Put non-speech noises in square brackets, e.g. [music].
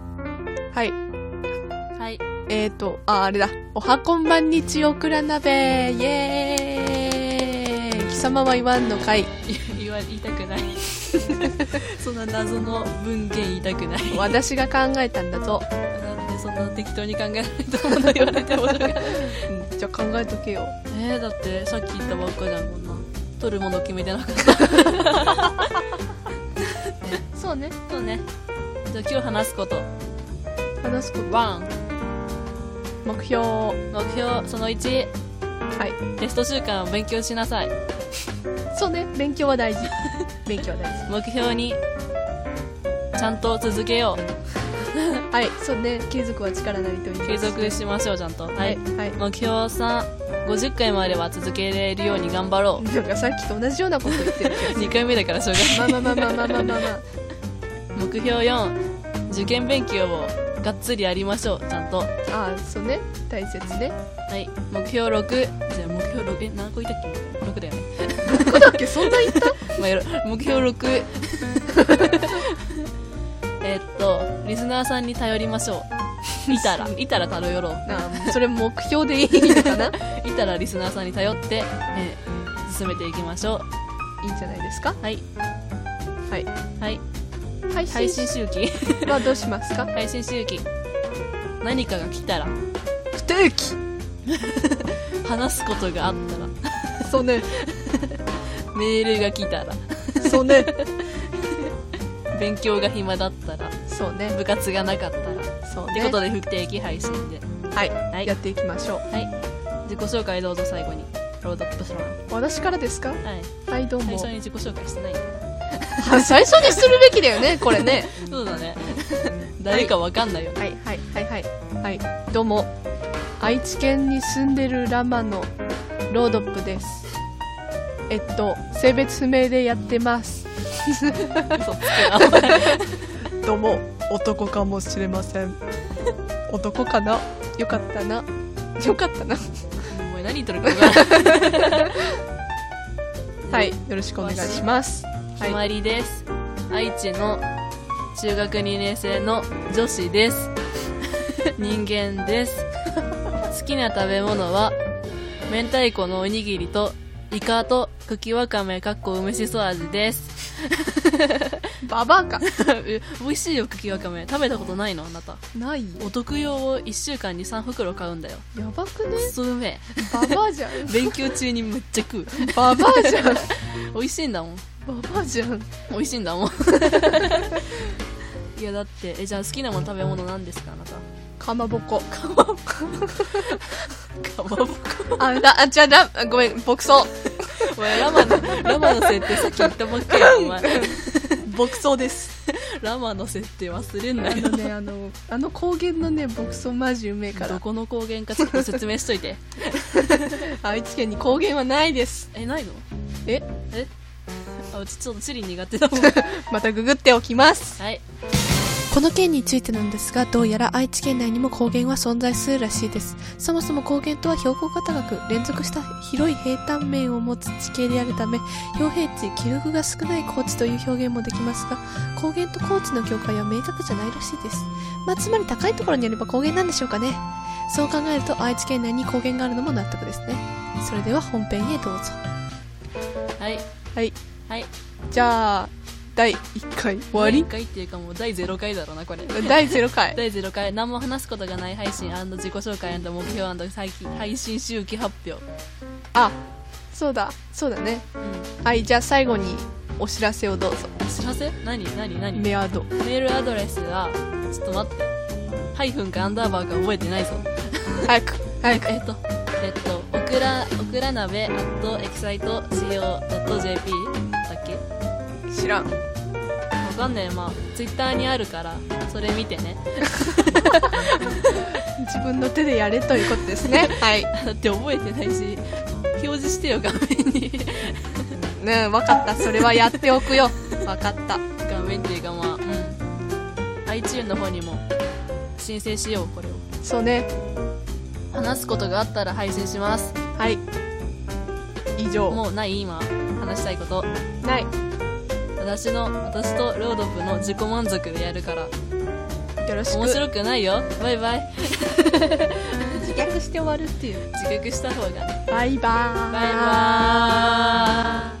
はい。はい。 [laughs] えーと、あ、あれだ。おはこんばんにちおくら鍋。イエーイ。貴様は言わんのかい。言わ、言いたくない。 [laughs] そんな謎の文献言いたくない。 [laughs] 私が考えたんだぞ。なんでそんな適当に考えないと思うの言われてもなんか [laughs] うん、じゃあ考えとけよ。えー、だってさっき言ったばっかだもんな。取るもの決めてなかっそうね。た。そうね。じゃあ今日話すこと。話すこと。ワン目標。は目標、その1、い。テスト週間を勉強しなさい。そうね。勉強は [laughs] 大事。勉強は大事。目標に、ちゃんと続けよはい。そうね。継続は力なりと言いまう。す。継続しましょう、ちゃんと。ははいい。。はい。目標3、50回もあれば続けれるように頑張ろなんかさっきと同じようなこと言ってるう。2回 [laughs] 目だからしょうがない。けど。まあまあまあまあまあまあまあ。目標4受験勉強をがっつりやりましょうちゃんとはああ、そうね。大切 [laughs] ね。い目標6じゃあ目標6え何個いたっけ6だよね、こだっけそんな言ったまあ、やろ目標6 [laughs] えっとリスナーさんに頼りましょういたらいたら頼ろうああそれ目標でいいのか [laughs] ないたらリスナーさんに頼って、えー進めていきましょいいんじゃないですかうはいはいはい配信配信周期 [laughs] はどうしますか配信周期何かが来たら不定期話すことがあったらそうねメールが来たらそうね勉強が暇だったらそうね部活がなかったらっそうてねことで不定期配信ではい、はいやっていきましょうはい自己紹介どうぞ最後にロードアップスロン私からですかはいはいどう最も初に自己紹介してないあ最初にするべきだよねこれねそうだね誰かわかんないよ、 [laughs] はいはいはいはいはいどうも愛知県に住んでるラマのロードップですえっと性別不明でやってます嘘つけなお前どうも男かもしれませ [laughs] ん男かなよかったなよかったなお前何言ってるか分から [laughs] な [laughs] はい、よろしくお願いします。はひい、まりです、愛知の中学2年生の女子です [laughs] 人間です好きな食べ物は明太子のおにぎりとイカと茎わかめかっこ梅しそ味です [laughs] ババアか。美味しいよ茎わかめ食べたことないのあなたないよ。お得用を1週間に3袋買うんだよやばくねく。そめえ [laughs] ババアじゃん。勉強中にめっちゃ [laughs] 食うババアじゃん。美味しいんだもんババアじゃん。美味しいん [laughs] だもんいやだってえじゃあ好きなもの食べ物なんですかあなたかまぼこ。かまぼこあ、だ、あ、じゃあ、だ、あごめん、牧草。お前ラマのラマの設定さっき言ったばっかりやお [laughs] 前牧草です。ラマの設定忘れんあなよのね、あの、あの高原のね、牧草マジうめえかどら。この高原かちょっと説明しといて愛知県に高原はないです。 [laughs] えないのええあうちちょっと地理苦手だもんまたググっておきます。はいこの件についてなんですが、どうやら愛知県内にも高原は存在するらしいです。そもそも高原とは標高が高く、連続した広い平坦面を持つ地形であるため、標平地、起伏が少ない高地という表現もできますが、高原と高地の境界は明確じゃないらしいです。まあ、つまり高いところにあれば高原なんでしょうかね。そう考えると愛知県内に高原があるのも納得ですね。それでは本編へどうぞ。はいはい。はいじゃあ、第1回終わ第り1回っていうかもう第0回だろうなこれ第0回。第0回何も話すことがない配信自己紹介目標最近配信周期発表あ、そうだ、そうだね。うんはい、じゃあ最後にお知らせをどうぞ。お知らせ何何何メアド。メールアドレスはちょっと待ってハイフンかアンダーバーか覚えてないぞ早く、早く。えっとえっとオクラオクラ鍋 at exciteo.jp だっけ知らん。わかんないまあツイッターにあるからそれ見てね [laughs] 自分の手でやれということですね。 [laughs] はい。だって覚えてないし表示してよ画面に [laughs] ねわかった。それはやっておくよ。わかった。画面っていうかまあうん iTune の方にも申請しようこれをそうね。話すことがあったら配信しますはい。以上。もうない今話したいことない。私の私とロードップの自己満足でやるからやよろしく面白くないよバイバイ自虐して終わるっていう自覚した方がバイバーイバイバーイ